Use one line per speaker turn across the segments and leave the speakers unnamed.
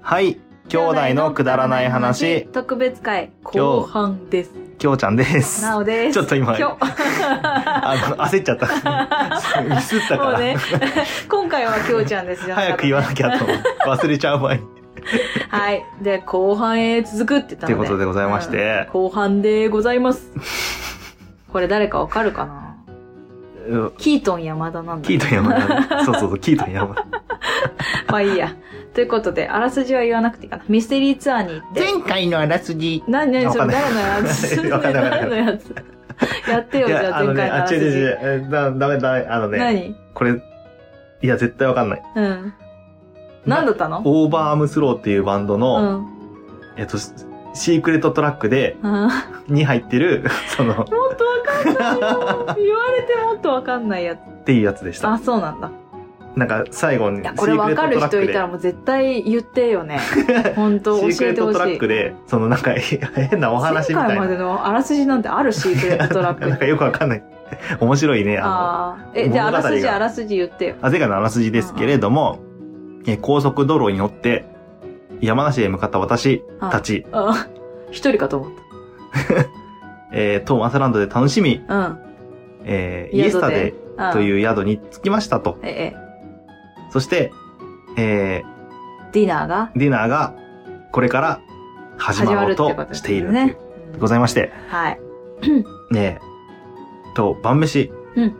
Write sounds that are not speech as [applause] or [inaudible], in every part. はい、兄弟のくだらない話、
特別会後半です
きょうちゃんです。
なおです
ちょっと今
今日
あの、焦っちゃった。
[laughs]
ミスったか
も
ら。
うね今回はきょうちゃんですよ
早く言わなきゃと思って忘れちゃう前に。
はいで後半へ続くって言った
とい
の
う
で
ことでございまし、て
うん、後半でございますこれ誰かわかるかな
うん
キートン山田なんだ
キートン山田。そうそうそう、キートン山田。
まあいいやということであらすじは言わなくていいかなミステリーツアーに行って
回のあらすじ。
なになにそ
わか
れ
んない
誰のやつ
[laughs] わかんないわかん
誰
な
の
い
やつやってよ
い
じゃ
や、
あ
あの
前
ね、
回のあ
あ、
ら
違う違
す
う違
じ
うえー。だダメダメ、あのね、
何
これ、いや、絶対わかんない。
うん何だったの
オーバーアームスローっていうバンド
う
の、
ん
えっと、シシークレットトラックで、
あ
に入ってる、その、
ーもっとわかんないよ言われてもっとわかんないやつ
っていうやつでした。
あそうなんだ
なんか最後に
いやこれわかる人いたらもう絶対言って
[laughs]
よね本当
シークレッ
教えて
ト
ほ
ト
し
ラッ
い
クで、そのなんか [laughs] 変なお話み
前
たい
回ま
な。
でのあらすじなんてあるシークレットトラッ
なん
ク
かよくわかんない。面白いね。あ
ああーえじゃああ
物
ら
語が
すじあらすじ言ってよ
の、あぜかのあらすじですけれども、え高速道路に乗って、山梨へ向かった私たち、
あ一人かと思っ
えー、トーマスランドで楽しみ、
たうん
えー、イエスタデ
あ
イという宿に着きましたと。
ええ
そして、え
ディナーが
ー、ディナーがこれから始
始
ま
ま
ろ
る
う
ってこと
と
です
している
ね
というございまして、
うんはい
ねえ、と、晩飯。
うん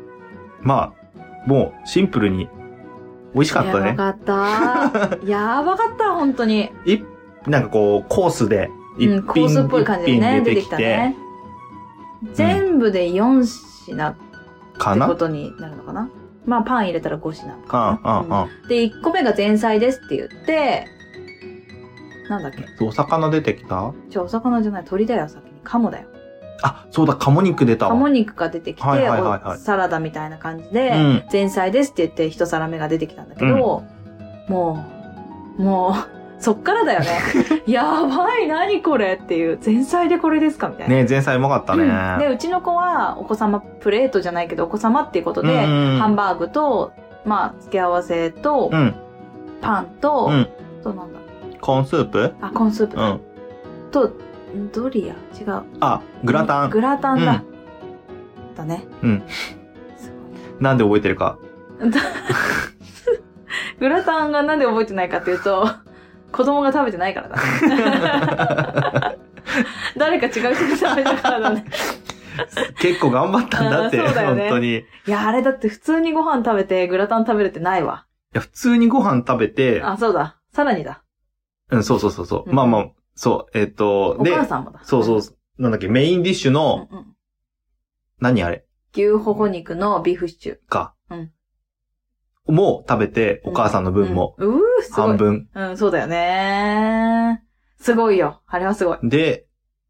まあ、もう、シンプルに、美味しかった
や
ね。
ばかったやばかった本当に
いなんかこう、コースで、一
うん、コースっぽい感じでね
一品
出
出
て
て
き
き
た
て、
ね全部で4品って
か
こ
な
とになるのかなまあパン入れたら5品
かん、うん、
う
うん
で1個目が前菜ですって言ってなんだっけ
ん。お魚出てきた
じゃあお魚じゃない鳥だよ先に鴨だよ
あ、そうだ、鴨肉出たわ。
鴨肉が出てきて、
はいはいはいはい
おサラダみたいな感じで、
うん
前菜ですって言って一皿目が出てきたんだけど、もう、もう、 [laughs] そっからだよね。
[laughs]
やばい、何これっていう。前菜でこれですかみたいな。
ねえ前菜うまかったね。
うんで、うちの子はお子様プレートじゃないけど、お子様っていうことで、
うん
ハンバーグと、まあ、付け合わせと
う、ん。
パンと、
うん。
となんだ、
コーンスープ
あ、コーンスープ
う
だ
ん。
と、ドリア違う。
あ、グラタン。
グラタンだ。だね。
うん
すごい
なんで覚えてるか。
グラタンがなんで覚えてないかっていうと、 [laughs] 子供が食べてないからだ。
[laughs]
誰か違う人が食べたからだね。
結構頑張ったんだって、
[laughs] あーそうだよね
本当に。い
いや、あれだって普通にご飯食べてグラタン食べれてないわ。
や、普通にご飯食べて、
あ、そうだ。さらにだ。
うん、そうそうそうそう。
うん
まあまあ、そう、えっ、と、
お母さんもだ。
そうそうそう、なんだっけ、メインディッシュ
うん
の、
うん。
何あれ
牛ほほ肉のビーフシチュー。
か。
うん
もう食べて、お母さんの分も、
うん。うー、すご
半
い。
分。
うん、そうだよね。すごいよ。あれはすごい。
で、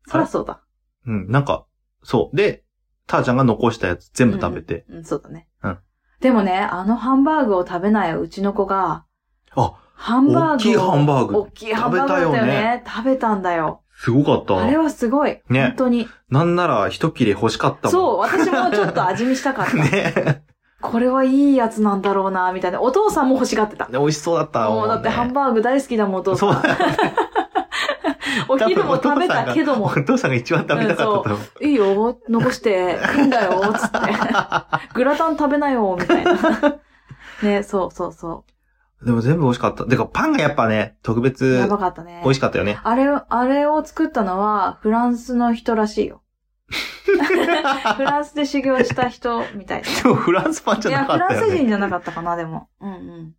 そらそうだ。
うん、なんか、そう。で、たーちゃんが残したやつ全部食べて。
うん、そうだね。
うん。
でもね、あのハンバーグを食べないうちの子が、
あ、
ハンバーグを。
大きいハンバーグ
大きいハンバーグだったよ
食べたよ
ね。食べたんだよ。
すごかった
あれ
わ。
はすごい。
ね
本当に。
なんなら一切れ欲しかったもん。
そう、私もちょっと味見したかった。
[laughs] ね
これはいいやつなんだろうな、みたいな。お父さんも欲しがってた。
美味しそうだった
もうだってハンバーグ大好きだもん、お父さん。
そう [laughs] だ。
お昼も食べたけど
お
も、
父さんが一番食べたかったと思う。
いいよ、残
[laughs]
して、いいんだよ、つって。グラタン食べなよ、みたいな。ね、そうそうそ
でも全部美味しかった。てか、パンがやっぱね、特
う。
別
や、ばかったね
美。味しかったよね。
あれ、あれを作ったのは、フランスの人らし
[laughs]
いよ。フランスで修行した人みたいな。
でもフランスパンじ
い
ゃ
や、
なか
フ
っ
ラ
た
ン
よ
ス
ね。
人じゃなかったかな、でも。うんうん。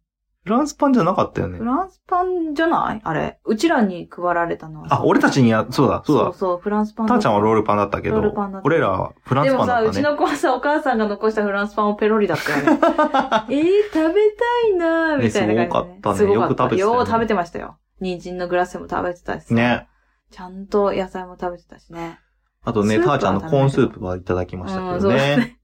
フランスパンじゃなかったよね
フ。ランスパンじゃないあれ。うちらに配られたのは。
あ、俺たちにや、そうだ、そう
そう
だ。
そう、フランスパン
た
だ
ー
った。
ちゃんはロールパンだったけ
ロール
ど
パンだっ、た
俺らはフラン
で
スパ
も
ンだ
さ、
っ
う
た
ち
ね。
の子はさ、お母さんが残したフランスパンをペロリだった
[laughs]
よね。えー、食べたいなーみたい
ねす
な感じ、
ごかったねよく食べてたよね
よう食べてましたよ。人参のグラスも食べてたしさ。
ね。
ちゃんと野菜も食べてたし
[laughs]
ね。
あとね、
スープ
た
は
ーちゃんのコーンスープはいただきました
うん
け
そ
ど
うだ
ね。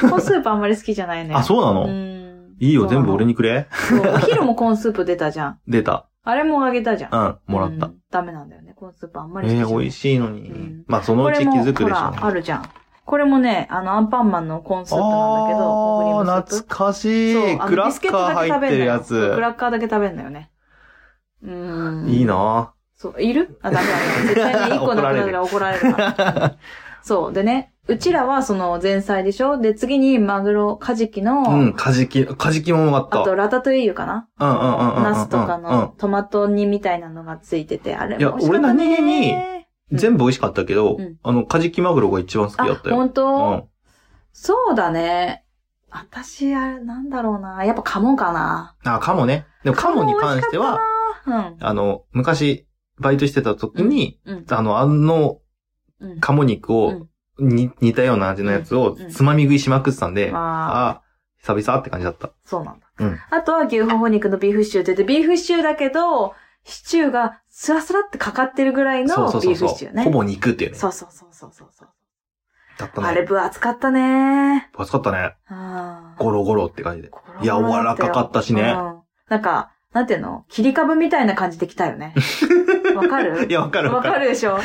コーンスープあんまり好きじゃないね。
あ、そうなの
うん
いいよ、全部俺
に。
にくれ。
そうお昼もコーンスープ出たじゃん。
出た。
あれもあげたじゃん
う。ん、もらっ
う
た。
んダメなんだよね。コーンスープあんまり好きじ
え
ゃない。
ー、美味しいの
う
に
ん。
まあ、そのうち気づく
こ
で
れ
し
も
ょう
ほ
ね。
ら、あるじゃん。これもね、あの、アンパンマンのコーンスープなんだけど、
あー
ー
懐かしい。クラッカー入ってるや
そうあのビスケットだけ食べんだよそう
つ
ク。ラッカーだけ食べんだよね。うん。
いいな
そう、いるあ、ダメだね。絶対ね、一個
[laughs]
なくなるから怒られるから。
ぁ
そう。でね、うちらはその前菜でしょで、次にマグロ、カジキの、
うん、カジキ、カジキもあった。
あとラタトゥイユかな
うんうんうんうんうんうん
ナスとかのトマト煮みたいなのがついてて、あれ
いや
美味しかったね
俺何気に全部美味しかったけど、
うん
あの、カジキマグロが一番好きだった
あ、
よ。
本当、
うん。
そうだね。私、あれ、なんだろうな。やっぱカモかな。
あ、カモね。でもカモに関しては、
カモ美味しかったな、
あの、昔、バイトしてた時に、
うん。
あの、あの、
うん。うん。
カモ肉を、に似たような味のやつを
うんうん、
つまみ食いしまくってたんで、
ああ、
ああ、久々って感じだった。
そうなんだ。
うん
あとは牛ほほ肉のビーフシチューって言って、ビーフシチューだけど、シチューがスラスラってかかってるぐらいの
そうそうそ
ビー
う
フ
そ
シチュー
う。
ね。
ほぼ肉っていうね。
そうそうそうそうそうそう。
だった
あれ
ね。
分厚かったね。
暑かったね。
あー
ゴロゴロって感じで。
ゴロゴロだった
柔
よ
らかかったしね
うんなんか、なんていうの切り株みたいな感じで来た
[laughs]
よね。わかる
いや、わかる
わ
わ
か
かる。
るでしょ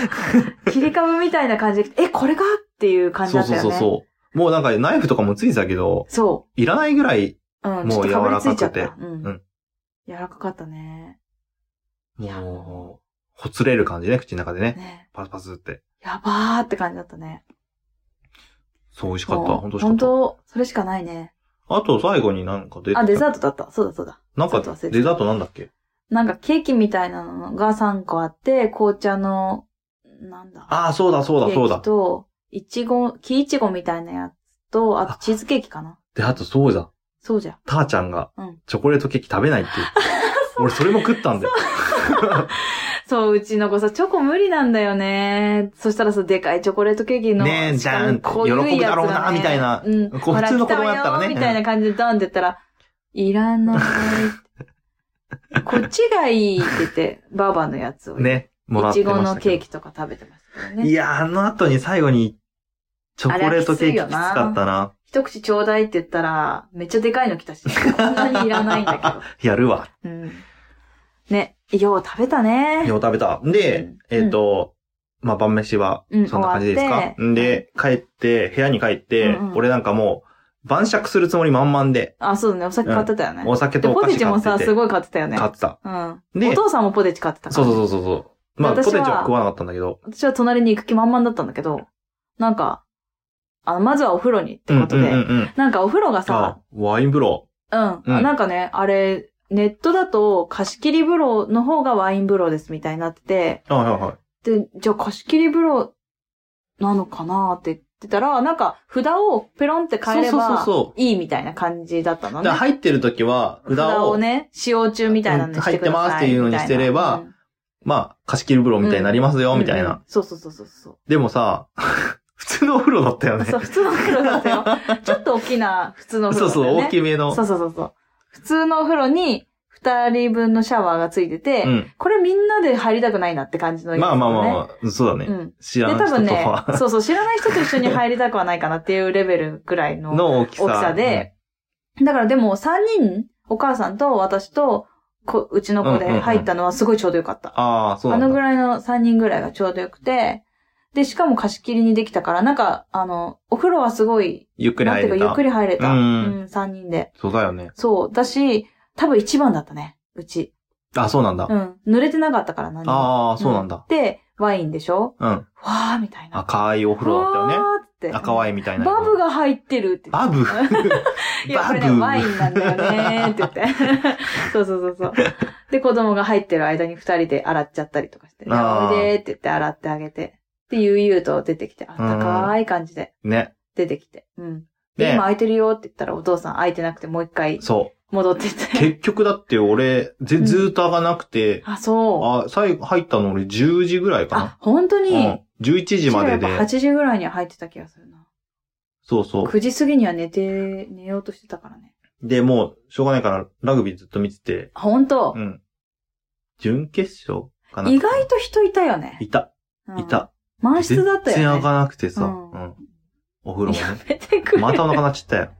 切り株みたいな感じで来て、え、これがっていう感じ
そ
だ
う
った
そう
よね。
そうそう。もうなんかナイフとかもついてたけど、
そ
いらないぐらい、
う。う
もう
ん、ちょっとかぶりついちゃった
柔らか
う
うんん。
柔らかかったね。
もう、ほつれる感じね、口の中でね。
ね。
パスパスって。
やばーって感じだったね。
そう、美味しかった。
もう
本当美味しか
本
っ
当それしかないね。
た。あと最後になんか出てた
あ、デザートだった。そうだそうだ。
なんか
ちょっと忘れてた
デザートなんだっけ
なんかケーキみたいなのが3個あって、紅茶の、なんだ。
ああ、そうだそうだ
ケ
そう
ー
だ
キ。と、いちご、木いちごみたいなやつと、あと
あ
チーズケーキかな。
で、あとそうだ。
そうじゃん。
たーちゃんが
うん、
チョコレートケーキ食べないって
[laughs]
言って。俺それも食ったんだよ。
そう、うちの子さ、チョコ無理なんだよね。そしたらさ、でかいチョコレートケーキの。
ねえ
しかも
じゃん
濃いやつがね
喜ぶだろうなみたいな
うん。
こう普通の子供だったらね
ほ来よみたいな感じでドンって言ったら、いらないって。こっちがいいって言って、ババのやつを。。
ね。もら
い
って
ちご
まし
の
た
ケー
け
キとか食べてましたけど
ど。
ね。
いやー、あの後に最後に、チョコレートケーキきつかったな。
一口ちょうだいって言ったら、めっちゃでかいの
[laughs]
来たし、こんなにいらないんだけど。
やるわ。
うんね、よう食べたね。
よう食べた。で
うん、
えっと、まあ、晩飯は
うん、
そんな感じでいいです
終わ
か
って
んで、帰って、部屋に帰って、
うんうん
俺なんかもう、晩酌するつもり満々で、
あ、そうだね。お酒買ってたよね。
お酒
で
とお
ポ
菓
テ
子
チも
買
さ、
って
す
て、
ごい買ってたよね。
買ってた。
うん。
で
お父さんもポテチ買ってたか
そ
ら。
うそうそうそう。まあ、ポ
私
テ
は
チは食わなかったんだけど、
私は隣に行く気満々だったんだけど、なんか、あまずはお風呂にってことで、
うんうんうんうん。
なんかお風呂が
あ、、
さ
ワイン風呂。
うん、
うん
なんかね、あれ、ネットだと貸し切り風呂の方がワイン風呂ですみたいになってて、
あはいはい。
で、じゃあ貸し切り風呂なのかなって言ってたら、なんか札をペロンって変えれ
そうそう
ば
そうそ
いいみたいな感じだったの
う。
ね
だから。入ってる時は、札を、
ね、使用中みたいなのにしてください。
うん入ってますっていうのにしてれば
みたいな
まあ、貸し切り風呂みたいになりますよ、
うん
みたい
うんうん
な。
そうそうそうそうそう。
でもさ、 [laughs] 普通のお風呂だったよね。
そう、普通のお風呂だっ
[laughs]
たよ。ちょっと大きな普通のお風
そう
呂だ
そ
った
う、
よね。
大きめの
そ。うそうそうそう。普通のお風呂に二人分のシャワーがついてて、
うん。
これみんなで入りたくないなって感じの、
まあまあまあ
あ。
まあ、そうだ
う
ね。
ん。
知
で、
らん
多
人
分
と
ね [laughs]
は、。
そうそう、知らない人と一緒に入りたくはないかなっていうレベルぐらいの
[laughs] の大きさ。
大きさで、だからでも三人、お母さんと私とこ、うちの子で入ったのはすごいちょうどよかった。
うん。ああ、そうな
あ
んだ。
のぐらいの3人ぐらいがちょうどよくて、で、しかも貸し切りにできたから、なんか、あの、お風呂はすごい、
ゆっくり
なん
入
て
れ
い
た。
うか、ゆっくり入れた。う
うんん、
3人で。
そうだよね。
そう、だし、多分一番だったね、うち。
あ、そうなんだ。
うん。濡れてなかったから、何も
ああ、そうなん
う
だ。
で、ワインでしょ
うん。
わーみたいな。
赤いお風呂だったよね。
わーって。
赤ワインみたいな。
バブ。が入ってるって。
バブ
[laughs] いや、これね、ワインなんだよねーって言って。
[laughs]
そうそうそうそう。で、子供が入ってる間に二人で洗っちゃったりとかして、じゃあ
あー
おいでーって言って洗ってあげて。で、悠々と出てきて、あったかーい感じで
ね。
出てきて。うん。で、
で
今、空いてるよって言ったら、お父さん空いてなくてもう一回
そ
戻ってっ
う。 [laughs]
て。
結局だって俺、ぜずーっと上がなくて、
あ、そう。
あ、最後入ったの俺10時ぐらいか
あ、本当
な。うん
に。。
11時まで
うちらやっぱ
で。
8時ぐらいには入ってた気がするな。
そうそ
9時過ぎには寝て、寝ようとしてたからね。
う。で、もう、しょうがないから、ラグビーずっと見てて。
あ本当
う。ん。準決勝かな
意外と人いたよね。
いた、
うん
い。た。
満室だったよね。
全然上
[laughs]
がなくてさ。
う
うんん。お風呂もね。
出てくれ。
またお腹鳴っちゃったよ。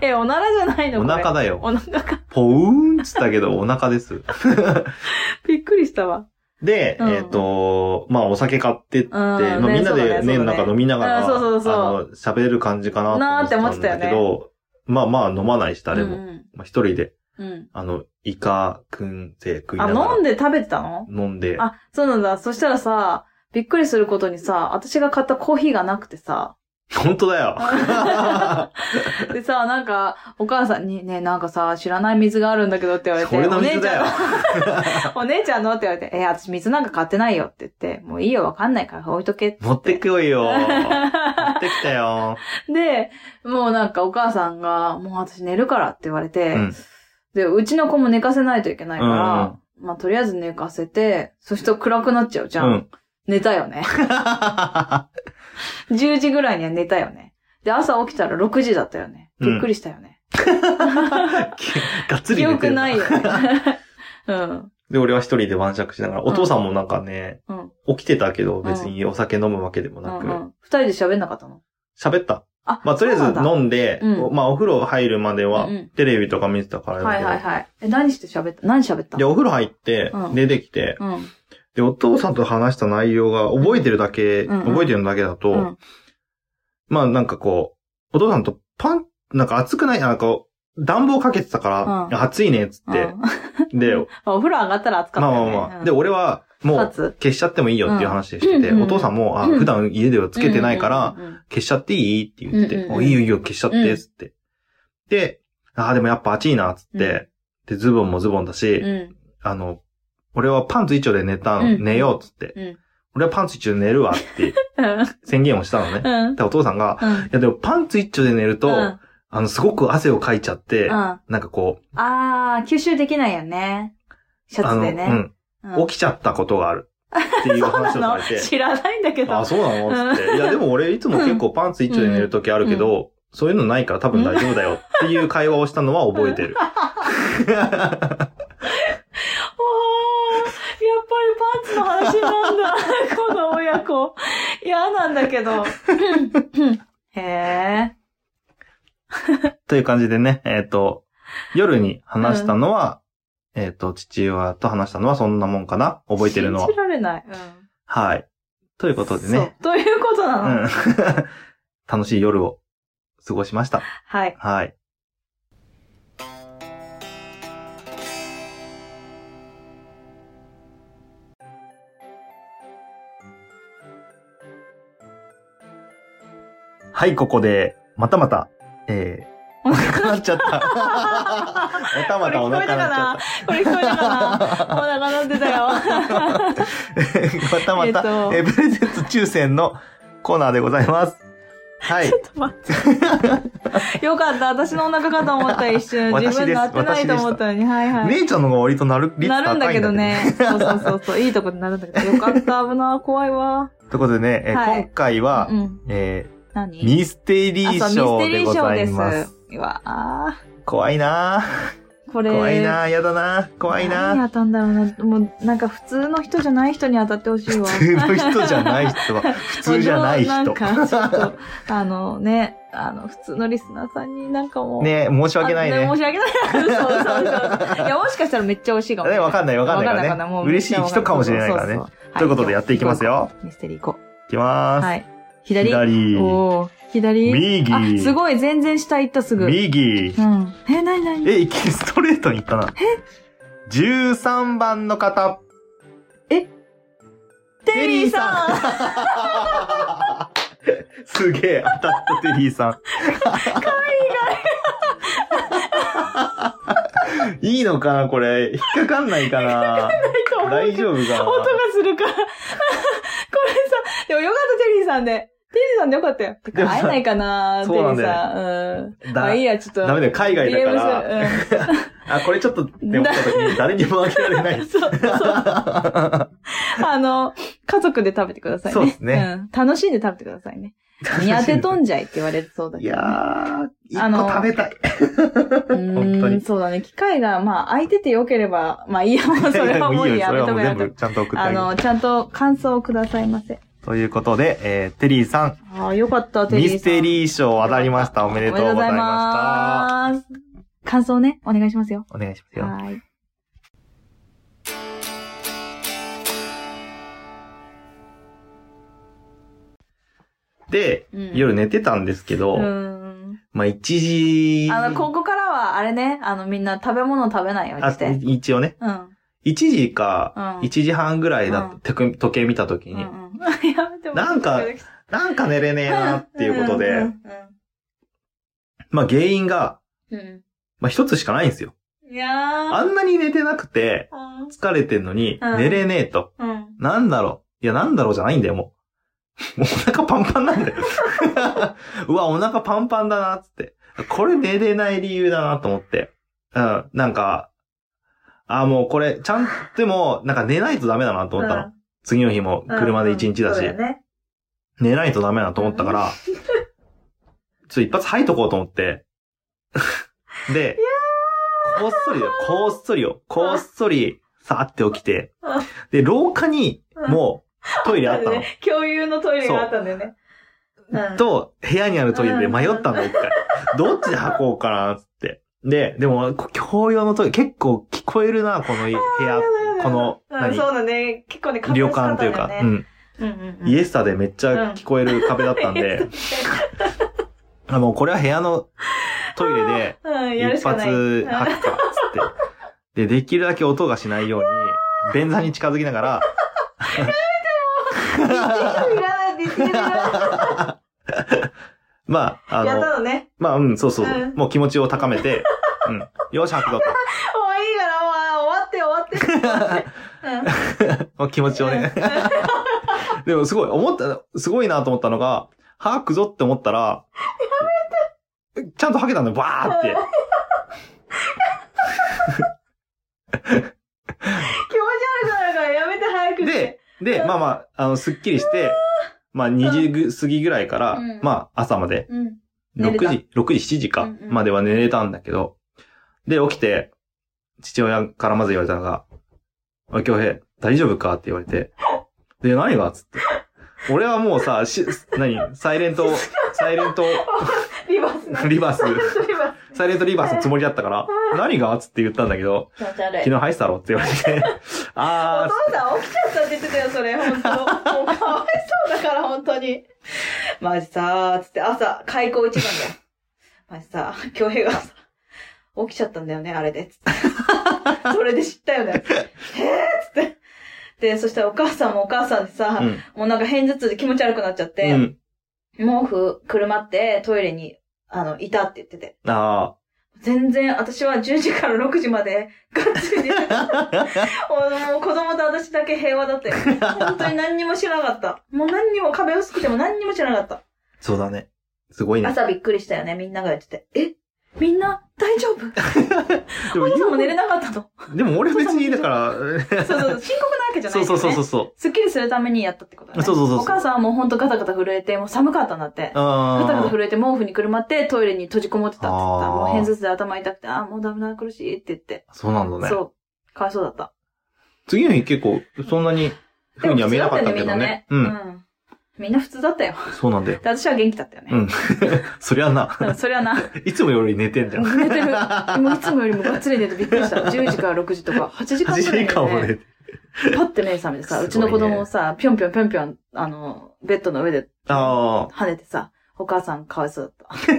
え、おならじゃないの
お腹
だ。
だよ。
お腹か。 [laughs]
ポーンっつったけど、お腹です。
びっくりしたわ。
で、
うん
えっ、と、まあ、お酒買ってって、
うん
まあ、
ね
みんな
そうだ
で
ねそう
ね、
だね
なんか飲みながら、
うんそうそうそう
あの、喋る感じかなと思ってたんだけ
なーって思
ど、まあまあ飲まないし、誰も。
うん
まあ、一人で。
うん。
あの、イカ、くんって食いな
あ、
がら
飲んで食べてたの
飲んで、
あ、そうなんだ。そしたらさ、びっくりすることにさ、私が買ったコーヒーがなくてさ、
本当だよ。 [laughs]
でさ、なんか、お母さんに、ねえ、なんかさ、知らない水があるんだけどって言われて、
俺の水だよ。
[laughs] お姉ちゃんの、お姉ちゃんのって言われて、え、私水なんか買ってないよって言って、もういいよ、わかんないから置いとけって言
持って
く。
こいよ。持ってきた
[laughs]
よ。
で、もうなんかお母さんが、もう私寝るからって言われて、
うん
で、うちの子も寝かせないといけないから、まあとりあえず寝かせて、そしたら暗くなっちゃうじゃん。
うん。 [laughs]
寝たよね。10時ぐらいには寝たよね。で、朝起きたら6時だったよね。びっくりしたよね。
がっつり
記
寝て
憶
る
ないよね。
[laughs]
うん。
で、俺は一人で晩酌しながら、お父さんもなんかね、
うん
起きてたけど、別にお酒飲むわけでも
う
なんく、
うん。二人で喋んなかったの
喋った。
あ、
まあ、とりあえず
そうなんだ
飲んで、
うん
まあ、お風呂入るまでは
うんうん、
テレビとか見てたからだけど、
はいはいはい。え、何して喋った何喋った
で、お風呂入って
う、ん
出てきて、
うん。
で、お父さんと話した内容が覚えてるだけ、
うんうん
覚えてるだけだと、
うん
まあなんかこう、お父さんとパン、なんか暑くないなんかこう暖房かけてたから、
うん
暑いねっつ
う
って
ん、 [laughs]
で、
お風呂上がったら暑かっ
まあ
た
まあ
よね。
まあ、
うん
で、俺は、もう、
立つ
消しちゃってもいいよっていう話してて、
うんうん
お父さんも、あ、
うん
普段家ではつけてないから、
うんうんうん
消しちゃっていいって言ってて、
うんうんうん
おいいよいいよ、消しちゃって、つって。で、あーでもやっぱ暑いな、つって、で、ズボンもズボンだし、
うん。
あの、俺はパンツ一丁で寝たの、
うん
寝よう、つって、
うん
俺はパンツ一丁で寝るわ
[laughs]
って
うん。
宣言をしたのね。
うん。
で、お父さんが、
うん
いやでもパンツ一丁で寝ると、
うん
あの、すごく汗をかいちゃって、
うんあ
なんかこう、
あー、吸収できないよね。シャ
あ
ツ
の、
でね。
う
うん
ん、起きちゃったことがある。っていう話
[laughs]
をされて。
知らないんだけ
[laughs]
ど。
あ、そうなのつって。いや、でも俺いつも結構パンツ一丁で寝るときあるけど、そういうのないから多分大丈夫だよっていう会話をしたのは覚えてる。
あーやっぱりパンツの話なんだ。 [laughs] この親子。嫌なんだけ
[laughs]
ど。へえ。
[laughs] という感じでね、えっ、と、夜に話したのは、えっ、と、父親と話したのはそんなもんかな覚えてるのは
信じ。られない。うん。
はい。ということでね、
そう。ということ
う
なの。
ん、 [laughs] 楽しい夜を過ごしました。
はい。
はい。はい、ここで、またまた、えー、お腹なっ
[laughs]
ちゃった。おた [laughs]
こ
ま
れ
た
聞
お
こえ
腹
た
な
かな
っ
これ聞こえたかな
ちゃ
お
っ
腹鳴ってたよ。 [laughs]
た。またまた、
え
え
っと
ープレゼント抽選のコーナーでございます。はい
ちょ。っと待って。よかった。私のお腹かと思った一瞬。自
[laughs] 私
分
です
鳴ってないと思ったのに。はいはい。
姉ちゃんの方が割となる率高
ないるんだけどね。そうそうそ
[laughs]
うそう。いいとこでなるんだけど。よかった。危な。怖いわ。
ということでね、えー
はい
今回は、
うん。
えー
何
ミステリー
あ
賞
そう
でございま
ミステリー
す
賞。です。うわあ
怖いな
ーこれ。
ぁ怖いなぁやだなぁ怖い
何
なぁ
当たんだろうな。もう、なんか普通の人じゃない人に当たってほしいわ。
普通の人じゃない人
[laughs]
は、普通じゃない
な
人
ん。か、ちょっと、あのね、あの、普通のリスナーさんになんかもう。
ね申し訳ない
あ
ね
申。し訳ない。そうそうそう。いや、もしかしたらめっちゃ美味しいかも
ね
しれない。
わかんないわかんないからね。
もう
嬉しい人かもしれないからね。
そうそうそう
ということでやっていきます。
は
よ。
ミステリー行こ
いきま
う。
ーす。
はい。左。
左
おー左。
右
あ、すごい。全然下行ったすぐ。うん。
右。
え、なになに
え、一気にストレートにいったな。13番の方。
テリーさん
んすげえ、当たったテリーさん。海外いいのかなこれ。引っかかんないかな
[laughs]
大丈夫か
音が
な
するから。これさ、でもよかった、テリーさんで。テリーさんでよかったよ。て
でも
か
さ
会えないかな、テ
そ
リ
うなん
ー
だ
さん。うん。まあいいや、ちょっと。
ダメだよ、海外だから。
DM する
あ、これちょっと、でも、誰にもあげられな
うん
い。
そう、 [laughs] そう。あの、家族で食べてくださいね。
そうですね
うん。楽しんで食べてくださいね。に当てとんじゃいって言われるそうだ
い
けど、ね。
やー、
あ
一
の
個食べたい。
本
本当に
そうだね。機会が、まあ、空いてて良ければ、ま
[laughs]
あいいや、も [laughs] うそれはもういい
や
や、
それ
やめ
は
と
[laughs] もう全
めなと
部。ちゃんと送って
あ
あげる。
の、ちゃんと感想をくださいませ。
ということで、えーテリーさん、
ああ、よかった、テリー
ミ
さん。
ステリー賞当たりました。おめでとうございま
おめでとうございます。感想ね、お願いしますよ。
した。お願いしますよ。
はい。
で、
うん
夜寝てたんですけど、
うーん。
まあ1時、
あの、ここからは、ああれね、あのみんな食べ物食べないように
あ
して。
一応ね。
うん。
1時か、
うん。
1時半ぐらいだ
う
った。てく時計見た時
うん [laughs]
に、
うん、やめてもら
なんか
出てきた
なんか寝れねえなっていうこと
う
で、
ん
まあ原因が、
うんうん
まあ一つしかないんですよ。
うんいやー
あんなに寝てなくて、
うん
疲れてんのに、
うん
寝れねえと。
うん
なんだろう。いや、なんだろうじゃないんだよ、もう。もうお腹パンパンなんだよ。 [laughs] うわ、お腹パンパンだな、つって。これ寝れない理由だな、と思って。うん、なんか、あーもうこれ、ちゃん、でも、なんか寝ないとダメだな、と思ったの。
うん
次の日も車で一日だし、
うんうんそうよね
寝ないとダメだと思った
[laughs]
から、ちょっと一発吐いとこうと思って。で、こっそりだよ、こっそりよ、こっそり、さーって起きて
うん、
で、廊下に、
[laughs]
もう、トイレあった
そうだ
の
ね。共有のトイレがあったんだよね。うん
と、部屋にあるトイレで迷ったの、一回。どっちで履こうかな、つって。で、でも、こ共用のトイレ、結構聞こえるな、このい部屋、この、
うん
何、
そうだね。結構ね、
旅館というか、うん。イエスタでめっちゃ聞こえる壁だったん
[laughs]
で、あもうこれは部屋のトイレで
うん、やる
一
しかない。
発
うん
吐くか、つって。で、できるだけ音がしないように、便座に近づきながら、
いらないって言ってるや
まあ、あ
った
の、
の
[laughs]
ね。
まあ、うん、そうそうそう、
うん
もう気持ちを高めて、うん、よし、吐くぞ
もういいから、もう終わって終わって。うん
と。もう気持ちをね。 [laughs] でもすごい、思った、すごいなと思ったのが、吐くぞって思ったら、ちゃんと吐けたんだよ、バーって。
気持ち悪くなるからやめて早くして
で。、で、まあまあ、あの、すっきりして、まあ、2時過ぎぐらいから、
うん
まあ、朝まで、
うん。寝
6
れた
時、6時、7時か
うん、うん
までは寝れたんだけど、で、起きて、父親からまず言われたのが、おい、京平、大丈夫かって言われて、で、何がつって。俺はもうさ、し、何サイレント、サイレント、
リバースね。
リバース
[laughs] リバース。
サイレントリバースのつもりだったから、何がつって言ったんだけど、
気持ち悪い
昨。日入ってたろって言われ [laughs] て、あー、
お父さん起きちゃったって言ってたよ、それ。本当もうかわいそうだから、本当に。マジさー、つって朝、開口一番だよ。マジさ、京平がさ、起きちゃったんだよね、あれで。つってそれで知ったよね。へえー、つって。で、そしたらお母さんもお母さんでさ、
うん
もうなんか偏頭痛で気持ち悪くなっちゃっ
う
て、
ん、
毛布、くるまってトイレに、あの、いたって言ってて。
あ
全然、私は10時から6時まで、がっつり寝てた。 [laughs]
ー。
もう子供と私だけ平和だったよ。本当に何にもしなかった。もう何にも壁薄くても何にもしなかった。
そうだね。すごいね。
朝びっくりしたよね、みんなが言ってて。えみんな大丈夫
でも
お父さんも寝れなかったと。
でも俺別に、だから、
そう
[laughs]
そう、深刻なわけじゃない
そ
ん
うそう
だよね。
そうそうそう。
すっきりするためにやったってことだね。
そうそうそうそう
お母さんはもうほんとガタガタ震えて、もう寒かったんだって。ガタガタ
あ
震えて毛布にくるまってトイレに閉じこもってたって言って
あ
た。
ー
もう偏頭痛で頭痛くて、あーもうダメだ、苦しいって言って。
あ。そうなんだね。
そう。かわいそうだった。
次の日結構、そんなに、ふうには見えなかったけどね。
で
うん。
も普通だったよねみんなね。うん。みんな普通だったよ。
そうなんだよ。
で、私は元気だったよね。
うん。 [laughs] そりゃな、
うん、そりゃな。
いつもより寝てんじ [laughs] ゃん。
寝てる。もういつもよりもがっつり寝てびっくりした。10時から6時とか、8時間
8
ぐら
時
い、ね。
間も寝て。
パッて目覚めて
す
さ、
ごいね
うちの子供をさ、ぴょんぴょんぴょんぴょん、あの、ベッドの上で
あ
跳ねてさ、お母さんかわいそう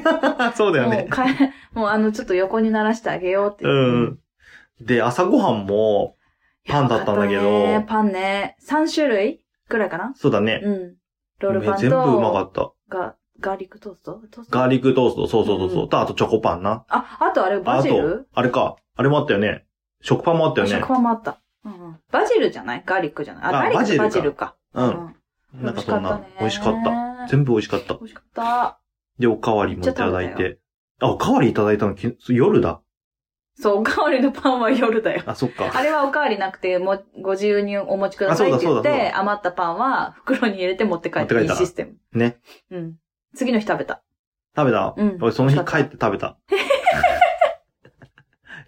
だっ
あ。そうだよ
た。もう
ね。
かえ、もうあの、ちょっと横に鳴らしてあげようって。
うん。。で、朝ごはんも、パンだったんだけど
やばかったねパンね。3種類くらいかな
そうだね。
うん。ロールパンと、
全部うまかった。
ガガーリックトーストトースト
ガーリックトースト、そうそうそうそうう。と、あとチョコパンな。
あ、あとあれバ
あ
ジ
と
ル、
あれか。あれもあったよね。食パンもあったよね
食。パンもあった。うんうん。バジルじゃないガーリックじゃないあ、
あ
ガーリッ
バジル
ク
か
バジルか。
う
うん
ん。なんかそんな、美味しかった。全部美味しかった
美。味しかった。
で、おかわりもいただ
めっ
い
ちゃ食べ
て。あ、おかわりいただいたの、き夜だ。
そう、おかわりのパンは夜だよ。
あ、そっか。
あれはおかわりなくて、もうご自由にお持ちくださいって言っ
あそうだそうだそう
て、余ったパンは袋に入れて持って帰っていい
持って帰った
システム。
ね。
うん。次の日食べた。
食べた
うん。
俺、その日帰って食べた。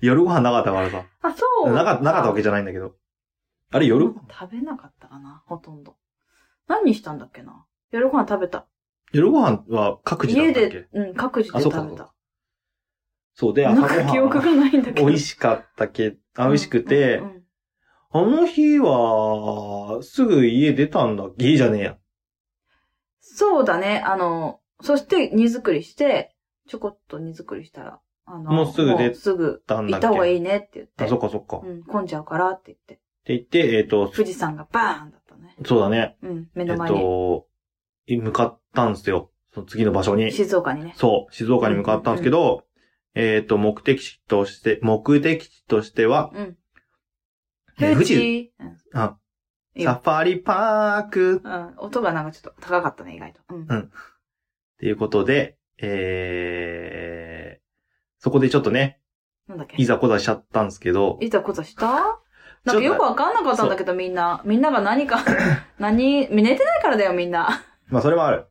夜ご飯なかったからさ。
あ、そう。
なかなかったわけじゃないんだけど。あれ、夜ご飯
食べなかったかな、ほとんど。何したんだっけな夜ご飯食べた。
夜ご飯は各自だ
家
ったっけ
で、うん、各自で
あそうか
食べた。
そうで、
な
朝
ん
ご
か記憶
飯
がないんだけ
美
ど。
味しかったけ、あ美味しくて
うんう、ん
あの日は、すぐ家出たんだ。家じゃねえや。
そうだね。あの、そして荷造りして、ちょこっと荷造りしたら、あの、
もうすぐ出
もうすぐ
たん
行
だっ
っ
け
た方がいいねって言って。
あ、そっかそっか。っ
うん、混んじゃうからって言って。
て言って、えっ、と、
富士山がバーンだったね。
そうだね。
うん、目
えっ、
の前に。
と、向かったんですよ。その次の場所に。
静岡にね。
そう、静岡に向かったんですけど、えっ、と、目的地として、目的地としては、
うん。
えー
富士。うん
あ、
いい
サ
よ
ファリパークっ
うん、音がなんかちょっと高かったね、意外と。うん
うん。ていうことで、えー、そこでちょっとね、
なんだっけ
いざこざしちゃったんですけど、
いざこざしたなんかよくわかんなかったんだけど、みんな。みんなが何か、何、寝てないからだよ、みんな。
まあそれもある。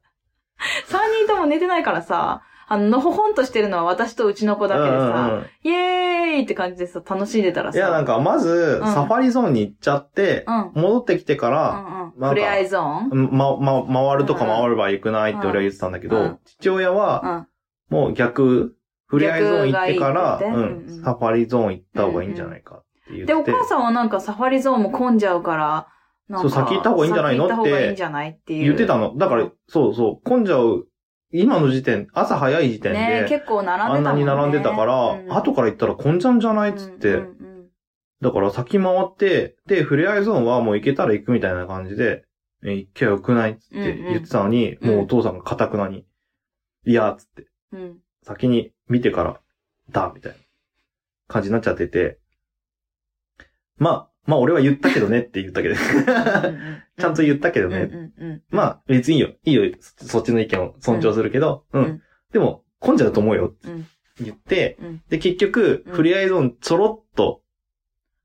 3人とも寝てないからさ、あの、のほほんとしてるのは私とうちの子だけで
うんうん
さ、
うん
イエーイって感じでさ、楽しんでたら
いや、なん
さ、
か、まず、
うん
サファリゾーンに行っちゃって、
うん。うん
戻ってきてか
う
ら、か
ん。触れ合いゾーン
ま、ま、回るとか
うんうん
回れば行くないって俺は言ってたんだけど、
うん
父親は、
うん。
もう逆、フレアイゾーン行ってから、
逆がいいって言って
う
うん
ん、
うん
サファリゾーン行った方がいいんじゃないかって言って。
で、お母さんはなんかサファリゾーンも混んじゃうから、なんか
そう先行った方がいいんじゃないのって
先行った方がいいんじゃないっていう。
言ってたの。だから、そうそう、混んじゃう、今の時点、朝早い時点で、
ね結構並んでたも
あん
ね
なに並んでたから、
うん
後から行ったら混んじゃうんじゃないっつって、
うんうんうん
だから先回って、で、フレアイゾーンはもう行けたら行くみたいな感じで、え行けばよくないっつって言ってたのに、
うんうん
もうお父さんがかたくなに、いや、つって、
うん。
先に見てから、だ、みたいな感じになっちゃってて、まあ、まあ俺は言ったけどねって言ったけど、 [laughs]
[laughs]
ちゃんと言ったけどね。
うんうんうん
まあ別にいいよ、いいよ、そそっちの意見を尊重するけど、うん。
うん
でも、混んじゃうと思うよって
うん
言って、
うん
で、結局、
うん
フレアイゾーンちょろっと、